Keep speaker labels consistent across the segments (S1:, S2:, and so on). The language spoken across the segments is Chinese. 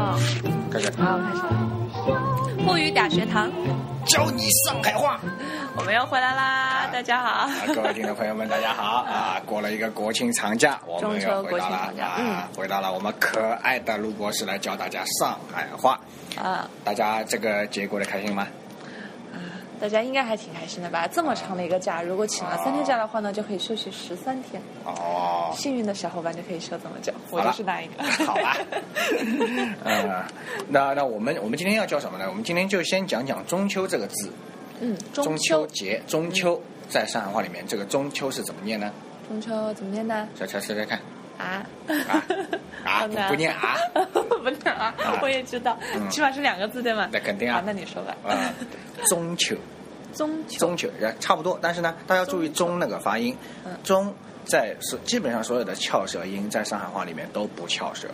S1: 好，
S2: 始。
S1: 开始。沪语大学堂，
S2: 教你上海话。
S1: 我们又回来啦！大家好。
S2: 啊，各位听众朋友们，大家好啊！过了一个国庆长假，我们又回到了
S1: 中秋国庆长假
S2: 啊，回到了我们可爱的陆博士来教大家上海话。
S1: 啊，
S2: 大家这个节过得开心吗？
S1: 大家应该还挺开心的吧？这么长的一个假，如果请了三天假的话呢，就可以休息十三天。
S2: 哦，
S1: 幸运的小伙伴就可以休这么久，我
S2: 好
S1: 就
S2: 了
S1: 是那一个。
S2: 好吧。 嗯，那那我们我们今天要教什么呢？我们今天就先讲讲中秋这个字。
S1: 嗯，
S2: 中嗯
S1: 中秋，
S2: 节，中秋在上海话里面，这个中秋是怎么念呢？
S1: 中秋怎么念呢？
S2: 小乔试试看。
S1: 啊
S2: 啊啊，
S1: 好
S2: 不
S1: 难
S2: 不念啊，
S1: 不念啊
S2: 啊，
S1: 我也知道，
S2: 嗯
S1: 起码是两个字对吗？
S2: 那肯定
S1: 好
S2: 啊，
S1: 那你说吧。
S2: 啊，中秋，
S1: 中秋，
S2: 中秋也差不多，但是呢，大家注意“中”那个发音
S1: 嗯，“
S2: 中”在是基本上所有的翘舌音在上海话里面都不翘舌。
S1: 哦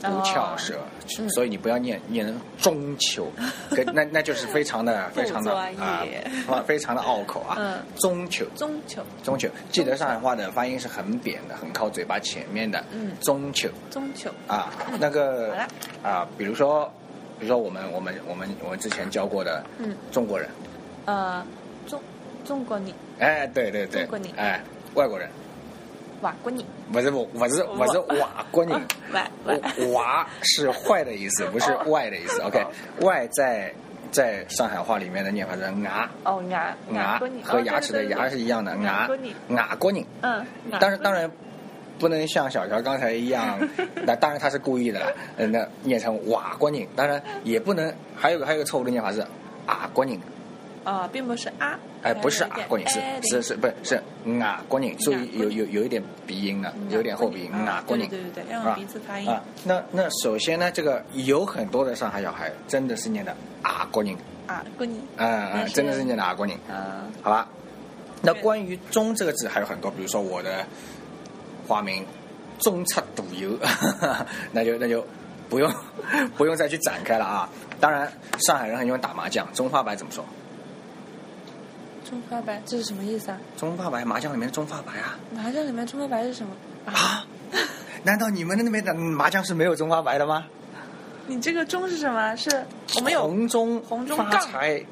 S2: 不翘舌，
S1: 嗯
S2: 所以你不要念念成中 秋，可那那就是非常的非常的
S1: 不专
S2: 啊
S1: 业，
S2: 哇非常的拗口啊
S1: 嗯。
S2: 中秋，
S1: 中秋，
S2: 中秋，记得上海话的发音是很扁的，很靠嘴巴前面的。
S1: 嗯
S2: 中秋
S1: 中秋，
S2: 啊，那个
S1: 好了
S2: 啊，比如说，比如说我们我们我们我们之前教过的
S1: 嗯
S2: 中国人，
S1: 呃，中中国你，
S2: 哎，对对对
S1: 中国人，
S2: 哎，外国人，
S1: 瓦国你，啊
S2: 不是我，不是不是瓦国
S1: 哦
S2: 人，
S1: 瓦瓦，
S2: 瓦是坏的意思，不
S1: 哦
S2: 是外的意思。OK，外在在上海话里面的念法是牙。
S1: 哦牙
S2: 牙
S1: 国哦你
S2: 和牙齿的牙是一样的，
S1: 牙
S2: 牙
S1: 国你，
S2: 牙国人，
S1: 嗯，瓦
S2: 当然
S1: 国
S2: 当
S1: 你
S2: 然不能像小乔刚才一 样，那当然他是故意的啦，呃那念成瓦国人，当然
S1: 嗯
S2: 也不能还有个还有个错误的念法是啊国人，
S1: 啊，并不是啊，
S2: 哎不是
S1: 还
S2: 啊
S1: 有一点
S2: 国人是
S1: 哎
S2: 是是不是是啊国人，注意有有有一点鼻音了，
S1: 嗯
S2: 有点后鼻音啊国
S1: 对
S2: 人
S1: 对对对，要用鼻子发音
S2: 啊，那那首先呢，这个有很多的上海小孩真的是念的啊国人，
S1: 啊，国你
S2: 啊啊
S1: 但是
S2: 真的是念的啊国人，
S1: 啊，
S2: 好吧？那
S1: 对
S2: 关于“中”这个字还有很多，比如说我的花名“中出赌油”， 那就那就不用 不用再去展开了啊。当然，上海人很喜欢打麻将，中发白怎么说？
S1: 中发白这是什么意思啊？
S2: 中发白，麻将里面的中发白啊
S1: 麻将里面中发白是什么？
S2: 啊！难道你们那边的麻将是没有中发白的吗？
S1: 你这个中是什么？啊是我们哦有
S2: 红中
S1: 红中
S2: 发
S1: 杠
S2: 财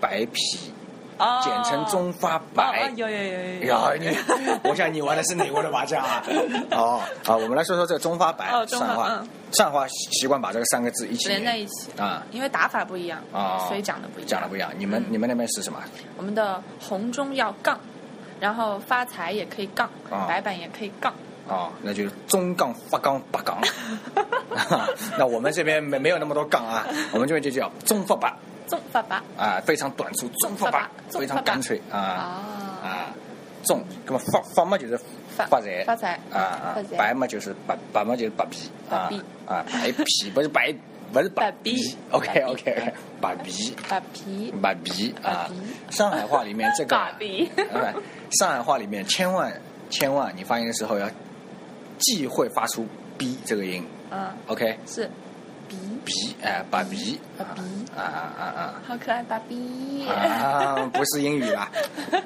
S2: 白皮，
S1: 哦
S2: 简称中发白。
S1: 哦哦有有有有有，
S2: 呀，你，我想你玩的是哪国的麻 将啊？哦，啊，我们来说说这个中发白，
S1: 哦中
S2: 上
S1: 发
S2: 海话
S1: 嗯，
S2: 上海话习惯把这个三个字一起
S1: 连在一起，
S2: 啊
S1: 因为打法不一样
S2: 啊，
S1: 所以讲的不一样。
S2: 讲的不一样。你们
S1: 嗯
S2: 你们那边是什么？
S1: 我们的红中要杠，然后发财也可以杠，
S2: 啊
S1: 白板也可以杠。
S2: 哦，那就是中杠、发杠、八 杠。 那我们这边没没有那么多杠啊，我们这边就叫中发白
S1: 中发白
S2: 啊，非常短促，中发白，
S1: 中发白
S2: 非常干脆啊
S1: 啊，
S2: 啊，中，那么发发嘛就是
S1: 发
S2: 发财，
S1: 发财
S2: 啊啊
S1: 发，财
S2: 白嘛就是白，白嘛就是白皮啊
S1: 白皮
S2: 啊，白皮不是白，不是 白
S1: 白皮
S2: OK
S1: 白皮
S2: OK OK，白皮
S1: 把皮
S2: 白皮啊
S1: 白皮，
S2: 上海话里面这 个，
S1: 把皮
S2: 哎上海话里面千万千万，你发音的时候要忌讳发出 b 这个音
S1: 嗯
S2: ，OK，
S1: 是鼻，
S2: 鼻哎，白皮
S1: 白
S2: 啊
S1: 皮
S2: 啊啊啊
S1: 好可爱，芭比
S2: 啊。啊，不是英语 啦。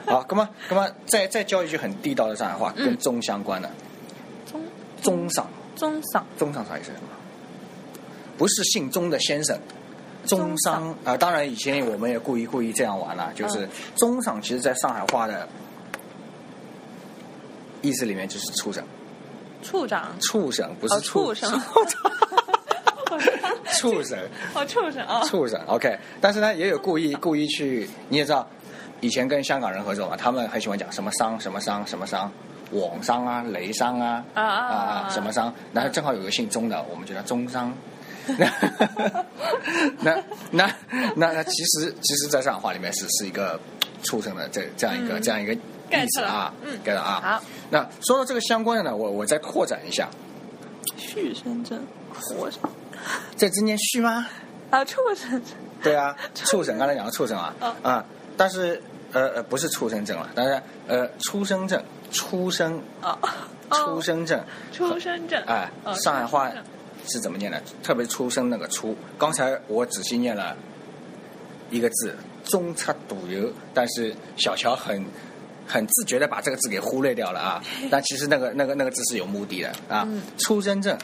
S2: 好，那么那么再再教一句很地道的上海话，
S1: 嗯
S2: 跟中相关的
S1: 中
S2: 中上。
S1: 中嗓
S2: 中上啥意思？不是姓钟的先生，中
S1: 中
S2: 商
S1: 上
S2: 啊、当然以前我们也故意故意这样玩了，就是
S1: 嗯
S2: 中上，其实在上海话的意思里面就是畜生，
S1: 处长，
S2: 畜生不是
S1: 哦
S2: 畜
S1: 畜生，
S2: 畜生，
S1: 哦畜生啊，
S2: 畜生。OK，但是呢，也有故意故意去，你也知道，以前跟香港人合作嘛，他们很喜欢讲什么商什么商什么商，网商啊，雷商啊，
S1: 啊啊啊啊
S2: 什么商，然后正好有个姓钟的，我们就叫 钟商。那那那那那，其实其实，在上海话里面是是一个畜生的这这样一个、
S1: 嗯
S2: 这样一个意
S1: get，
S2: 思啊
S1: 了嗯
S2: get 了啊。
S1: 好，
S2: 那说到这个相关的呢，我我再扩展一下，
S1: 畜生真活着
S2: 这字念畜吗？
S1: 啊，畜生真
S2: 对啊，畜生，刚才讲到畜生啊，
S1: 嗯
S2: 啊，但是呃呃，不是出生证了，但是呃，出生证，出生，
S1: 啊，
S2: 出
S1: 哦
S2: 生证，
S1: 出生证
S2: 哎、
S1: 哦
S2: 上海话
S1: 出生证
S2: 是怎么念的？特别出生那个出，刚才我仔细念了一个字“中差赌油”，但是小乔很。很自觉的把这个字给忽略掉了 啊，但其实那个那个那个字是有目的的啊。
S1: 嗯
S2: 出生证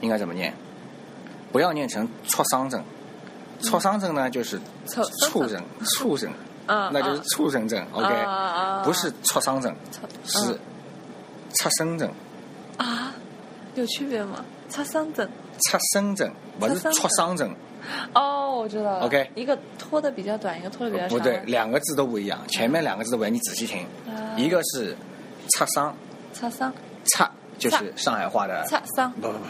S2: 应该怎么念？不要念成畜生症，
S1: 嗯
S2: 畜生症呢就是
S1: 畜
S2: 畜生畜 生，
S1: 嗯，
S2: 那就是畜生症，OK，
S1: 啊嗯啊啊
S2: 不是畜生症，是畜生症，
S1: 啊，有区别吗？擦桑子，
S2: 畜生症，不是畜生症，
S1: 哦，我知道了。
S2: OK
S1: 一个拖的比较短，一个拖的比较长。
S2: 不对，两个字都不一样，前面两个字都不一样，你仔细听，
S1: 嗯啊
S2: 一个是畜生，
S1: 擦桑，
S2: 畜就是上海话的
S1: 擦桑，
S2: 不不不，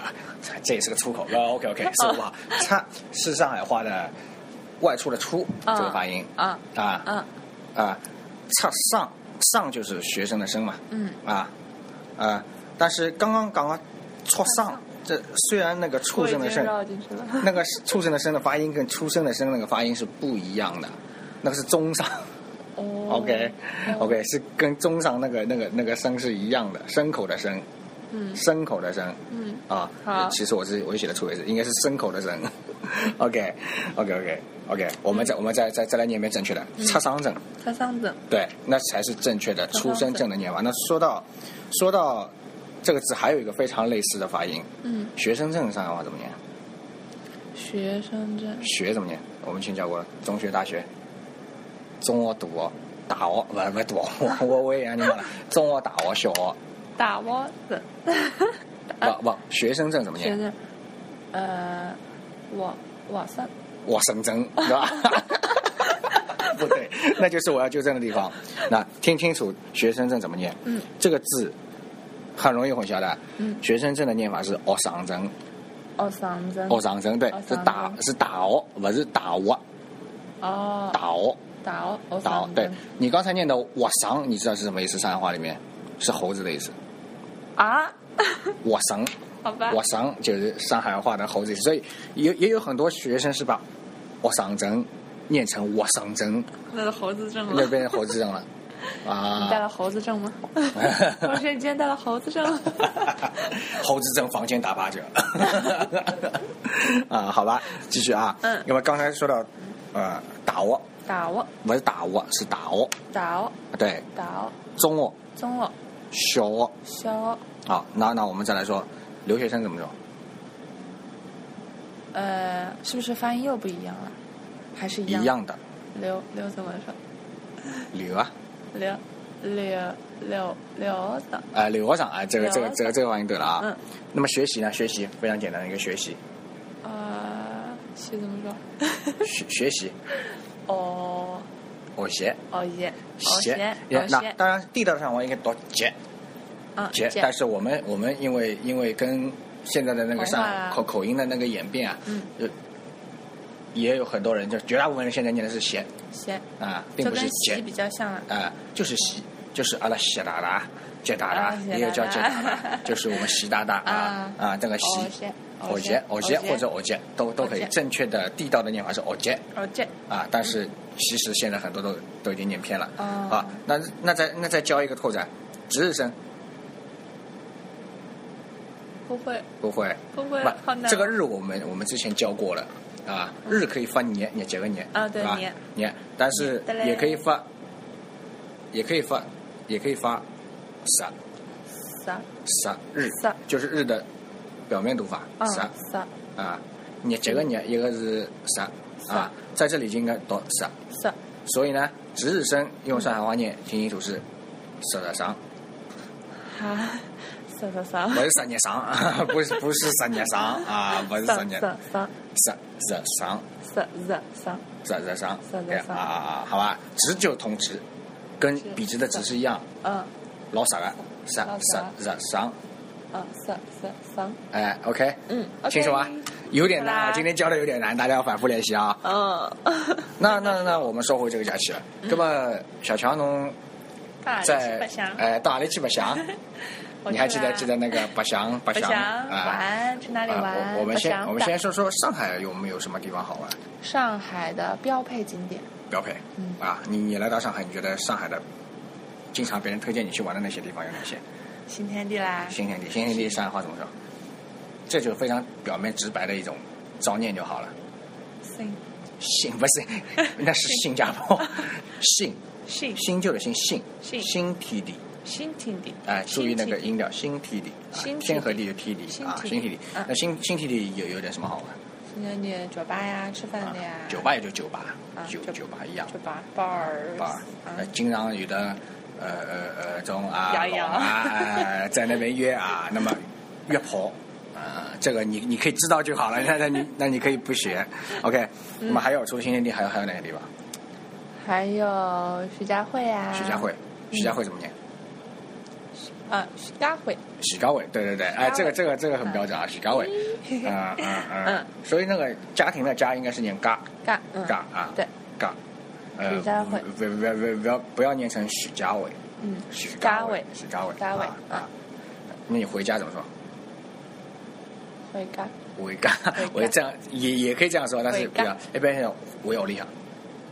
S2: 这也是个 出口。呃，OK
S1: 哦
S2: OK，是我不好。差是上海话的外出的出
S1: 啊
S2: 这个发音
S1: 啊
S2: 啊
S1: 啊，
S2: 啊，差上上就是学生的生嘛
S1: 嗯，
S2: 啊啊，但是刚刚讲啊，错上这虽然那个畜
S1: 我已
S2: 生的
S1: 经
S2: 生，
S1: 绕进去了。
S2: 那个畜生的生的发音跟出生的生那个发音是不一样的，那个是中上。
S1: 哦
S2: OK
S1: 哦
S2: OK 是跟中上那个那个那个声是一样的，牲口的牲，
S1: 嗯
S2: 牲口的牲。
S1: 嗯，
S2: 啊
S1: 好，
S2: 其实我是我写的错别字，应该是牲口的牲。OK OK OK
S1: 嗯
S2: OK，我们再我们再再再来念一遍正确的，擦伤证，
S1: 擦桑子，
S2: 对，那才是正确的
S1: 嗯擦
S2: 出
S1: 伤
S2: 生证的念法。那说到说到这个字，还有一个非常类似的发音，
S1: 嗯，
S2: 学生证上海话怎么念？
S1: 学生证，
S2: 学怎么念？我们以前教过了，中学、大学，中学、大学，大学不是不是大学，我我我也让你忘了，中学、大学、小学，
S1: 大窝子，
S2: 不不，学生证怎么
S1: 啊学
S2: 念？
S1: 生，呃，我我算，
S2: 我生真，对吧？不对，那就是我要纠正的地方。那听清楚，学生证怎么念？
S1: 嗯，
S2: 这个字很容易混淆的。
S1: 嗯
S2: 学生证的念法是“哦上证”，
S1: 哦桑子，
S2: 哦上证对
S1: 哦，
S2: 是
S1: 上
S2: 打
S1: 证
S2: 是打哦，不是打我
S1: 哦，
S2: 打哦
S1: 打哦，哦
S2: 打哦
S1: 桑。子
S2: 对你刚才念的“我上”，你知道是什么意思？上海话里面是猴子的意思。
S1: 啊，
S2: 我上
S1: 好吧，
S2: 我上就是上海话的猴子意思，所以也也有很多学生是把“我上证”念成“我上证”。
S1: 那是猴子证
S2: 那
S1: 了。
S2: 边猴 子证了
S1: 你带
S2: 啊，
S1: 了猴子证吗？ 同学，你今天带了猴子证了？
S2: 猴子证房间打八折 啊，好吧，继续啊，
S1: 嗯
S2: 因为刚才说到呃打窝
S1: 打窝，
S2: 不是打窝是打窝，
S1: 打窝，
S2: 对，
S1: 打窝，
S2: 中窝
S1: 中窝，
S2: 小窝
S1: 小窝，
S2: 啊，那那我们再来说留学生怎么说？
S1: 呃，是不是发音又不一样了？还是一样？
S2: 一。样的
S1: 留留怎么说？
S2: 留啊，
S1: 留留留留子，
S2: 呃留上啊，这个这个
S1: 留
S2: 这个这个玩意对了啊。
S1: 嗯，
S2: 那么学习呢？学习非常简单的一个 学习，
S1: 啊，是怎么说？
S2: 学学习，
S1: 哦
S2: 我学
S1: 哦耶，哦
S2: 鞋
S1: 耶，，
S2: 也
S1: 哦
S2: 那
S1: 耶，
S2: 当然地道上我应该读杰
S1: 啊
S2: 杰，但是我们我们因为因为跟现在的那个上
S1: 文化
S2: 海
S1: 啊
S2: 口口音的那个演变啊，
S1: 嗯
S2: 呃，也有很多人就绝大部分人现在念的是鞋
S1: 鞋
S2: 啊，并
S1: 就
S2: 不
S1: 嗯跟
S2: 是
S1: 习
S2: 杰
S1: 比较像了。
S2: 啊，就是习，就是阿拉习达达。杰达达
S1: 啊
S2: 也有叫杰
S1: 鞋
S2: 达
S1: 达达
S2: 达， 就是我们习达达啊啊，这个习
S1: 哦鞋，
S2: 偶杰偶杰或者偶杰都都可以
S1: 哦，鞋
S2: 正确的地道的念法是偶杰。
S1: 哦这，
S2: 啊，但是其实现在很多都都已经念偏了、
S1: 哦
S2: 啊。那那再那再教一个拓展，值日生
S1: 不会
S2: 不会，
S1: 不会，好
S2: 不，
S1: 难。嗯
S2: 这个日我们我们之前教过了啊，日可以发年年结个年
S1: 啊对
S2: 吧
S1: 年
S2: 年，但是
S1: 年的嘞
S2: 也可以发，也可以发，也可以发啥
S1: 啥
S2: 啥日
S1: 啥
S2: 就是日的表面读法
S1: 啊
S2: 啥
S1: 啥
S2: 啊，年结个年一个是啥啊
S1: 啥，
S2: 在这里就应该读啥。
S1: 啥
S2: 所以呢，值日生用上海话念，听清楚是“十日生”，
S1: 哈啥啥啥
S2: 不是“十日生”， 不是不是“十日生”啊，不是“十
S1: 啥
S2: 日
S1: 啥啥
S2: 十日生
S1: 啥啥啥
S2: 十
S1: 十
S2: 日生”，
S1: 日
S2: 对啊
S1: 生
S2: 啊啊，好吧，值就同值，跟
S1: 值
S2: 笔直的值是一样，
S1: 嗯
S2: 老傻的“十
S1: 老
S2: 十
S1: 啥
S2: 日生
S1: 嗯啥啥啥”，
S2: 哎，OK，
S1: 嗯，
S2: 清楚吗？有点难
S1: 好
S2: 啊，
S1: 啦
S2: 今天教的有点难，大家要反复练习啊。
S1: 嗯，
S2: 那那那，我们说回这个假期了，那么小强侬
S1: 大
S2: 在哎到哪里去白 相？你还记得记
S1: 记
S2: 得那个白相白
S1: 白
S2: 相
S1: 翔
S2: 啊？
S1: 玩去哪里
S2: 啊，
S1: 玩？
S2: 我我们
S1: 白
S2: 先
S1: 翔
S2: 我们先说说上海有没有什么地方好玩？
S1: 上海的标配景点，
S2: 标配
S1: 嗯
S2: 啊，你你来到上海，你觉得上海的经常别人推荐你去玩的那些地方有哪些？
S1: 新天地啦，
S2: 新天地，新天地上海话怎么说？这就是非常表面直白的一种照念就好了。
S1: 信
S2: 信 不是，那是新加坡，信
S1: 信
S2: 新旧的新信
S1: 信
S2: 新天地，
S1: 新天地，
S2: 哎，注意那个
S1: 新
S2: 音调，新天地，啊
S1: 新天地
S2: 天和地的天地
S1: 新
S2: 啊，
S1: 天地
S2: 新天地
S1: 嗯。
S2: 那新新天地有有点什么好玩？啊
S1: 那你酒吧呀、吃饭的呀，
S2: 酒吧也就酒吧，
S1: 啊
S2: 酒
S1: 酒
S2: 酒吧一样，
S1: 酒吧 bars
S2: 吧
S1: 啊，
S2: 呃，经常有的呃呃呃种啊
S1: 摇一摇
S2: 老 啊哎在那边约啊，那么约跑。啊，这个你你可以知道就
S1: 嗯
S2: 好了，那那你那你可以不 学，OK。那么还有除了新天地，还有还有哪个地方？
S1: 还有徐家汇啊，
S2: 徐家汇，徐家汇怎么念？
S1: 啊，徐家汇，
S2: 许高伟，对对对，哎，这个这个这个很标准啊，许高伟，啊啊啊
S1: 嗯！
S2: 所以那个家庭的家应该是念嘎
S1: 干，嗯，
S2: 嘎啊，
S1: 对，
S2: 嘎，呃，
S1: 许家伟
S2: 不不不不不要不要念成许家伟，
S1: 嗯，
S2: 许
S1: 家
S2: 伟
S1: 伟，
S2: 许家伟，
S1: 家伟
S2: 啊
S1: 嗯
S2: 啊。那你回家怎么说？
S1: 会干，
S2: 回家
S1: 回家，
S2: 我这样也也可以这样说，但是
S1: 回
S2: 不
S1: 家
S2: 要一般讲我有理想，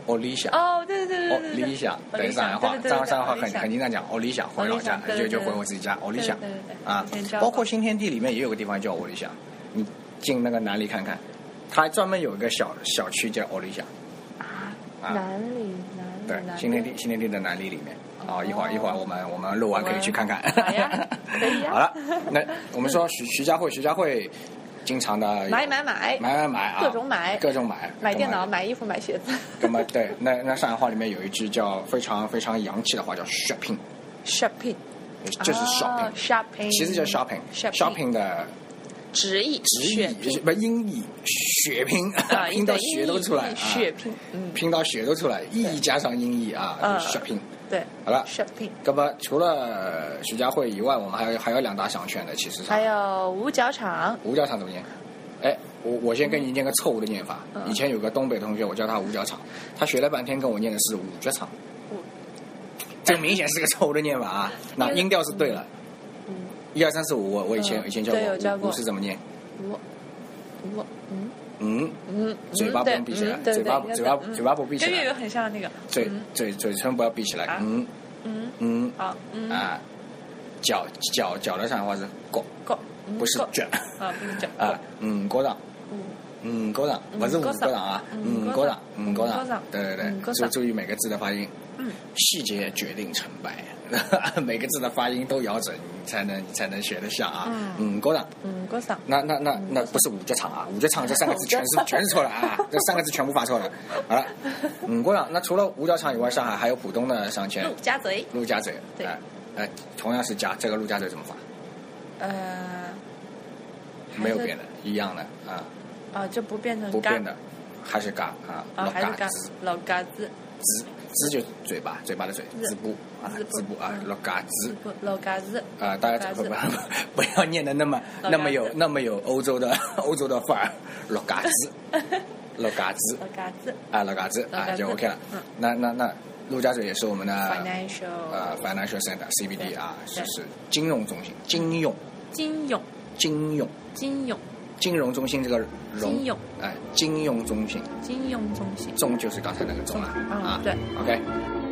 S2: 我理想。
S1: 哦，对对
S2: 我
S1: 对对对，
S2: 理想，
S1: 我
S2: 对
S1: 理
S2: 上海
S1: 想，
S2: 话
S1: 对，对对
S2: 上海
S1: 对
S2: 上海话
S1: 我理
S2: 很
S1: 想
S2: 很经常讲，我理想回老家，
S1: 我理想对
S2: 就
S1: 对
S2: 就
S1: 对
S2: 回我自己家，我理想
S1: 对对对对
S2: 啊
S1: 以前知，道
S2: 包括新天地里面也有个地方叫我理想，你进那个南里看看，它还专门有一个小小区叫我理想，
S1: 啊，
S2: 啊
S1: 南里南里
S2: 对，
S1: 南里
S2: 新天地新天地的南里里面，啊，
S1: 哦
S2: 一会儿一会儿我们我们录完可以去看看，
S1: 好呀可以啊呀
S2: 好了，那我们说徐徐家汇，徐家汇经常的有
S1: 买买买，
S2: 买买买啊，
S1: 各种买
S2: 各种买，
S1: 买
S2: 各种
S1: 电脑、买衣服、买鞋子
S2: 那么对，那那上海话里面有一句叫非常非常洋气的话叫 shopping，
S1: ，shopping，
S2: 这是 shopping，、
S1: 哦 shopping，
S2: 其实叫 shopping
S1: shopping
S2: 的
S1: 直译
S2: 直
S1: 血拼
S2: 译不音译血拼，
S1: 啊，
S2: 拼到
S1: 对
S2: 血都出来，
S1: 音译
S2: 啊
S1: 血拼，嗯，
S2: 拼到血都出来，意译加上音译啊
S1: 嗯
S2: 就是，shopping。
S1: 对，
S2: 好了，
S1: shopping，
S2: 那么除了徐家汇以外，我们还有还有两大商圈的，其实上
S1: 还有五角场，
S2: 五角场怎么念？哎，我我先跟你念个错误的念法。
S1: 嗯
S2: 以前有个东北同学，我叫他五角场，他学了半天跟我念的是五角场
S1: 五，
S2: 这明显是个错误的念法啊！那
S1: 因为
S2: 音调是对了，
S1: 嗯，
S2: 一二三四五，我我以前
S1: 嗯
S2: 以前教
S1: 对有教
S2: 过，
S1: 过
S2: 五是怎么念？
S1: 我我嗯
S2: 嗯，
S1: 嗯，
S2: 嘴巴不用闭起来，嘴巴嘴巴嘴巴不闭起
S1: 跟粤语
S2: 来，
S1: 很像那个，
S2: 嘴
S1: 嗯
S2: 嘴嘴唇不要闭起来
S1: 啊，
S2: 嗯
S1: 嗯，
S2: 嗯
S1: 好，嗯，
S2: 啊，脚脚脚的上海话是角，
S1: 够，嗯
S2: 不是
S1: 够
S2: 卷
S1: 啊，不是脚
S2: 啊，，嗯角上。
S1: 嗯，
S2: 嗯，高档，
S1: 嗯
S2: 不是五
S1: 高
S2: 高
S1: 档
S2: 档啊，
S1: 嗯
S2: 嗯，
S1: 高
S2: 高档
S1: 档，
S2: 嗯，高
S1: 嗯高
S2: 档
S1: 档，
S2: 对对
S1: 嗯
S2: 对，
S1: 高
S2: 注
S1: 档
S2: 注意每个字的发音，
S1: 嗯，
S2: 细节决定成败， 每个字的发音都咬准，你才能你才能学得像啊，嗯，高档，
S1: 嗯，高档，
S2: 那那那那不是五角场啊，五角场这三个字全是 全是错了啊，这三个字全部发错了，好了，嗯，高档，那除了五角场以外，上海还有浦东的商圈
S1: 陆，家嘴，
S2: 陆家嘴，
S1: 对
S2: 哎，哎，同样是家，这个陆家嘴怎么发？
S1: 呃，还
S2: 没有
S1: 是
S2: 变的，一样的啊，
S1: 啊，就不变成
S2: 不
S1: 嘎
S2: 变的，还是嘎啊，
S1: 啊，
S2: 老
S1: 还是嘎
S2: 嘎子。
S1: 老嘎子，
S2: 滋滋就嘴巴，嘴巴的嘴，
S1: 滋
S2: 滋补啊
S1: 滋，
S2: 滋
S1: 补
S2: 补啊，
S1: 嗯
S2: 老嘎滋
S1: 不老嘎子，
S2: 啊，大家不
S1: 老
S2: 不
S1: 嘎
S2: 不要 念的那么
S1: 老嘎子
S2: 那么有那么有欧洲的 欧洲的范儿，老嘎 滋，老嘎滋
S1: 老嘎子
S2: 啊，老嘎滋
S1: 老
S2: 啊
S1: 嘎子
S2: 就 OK 了
S1: 嗯。
S2: 那那那陆家嘴也是我们的
S1: ，financial，
S2: 呃 financial center CBD 啊，
S1: 对
S2: 是
S1: 对
S2: 是金融中心，金融
S1: 金勇，
S2: 金融
S1: 金勇，
S2: 金融中心这个融
S1: 金融
S2: 哎，金融中心
S1: 金勇中心。
S2: 中就是刚才那个中了
S1: 嗯
S2: 啊，
S1: 对
S2: ，OK。
S1: 嗯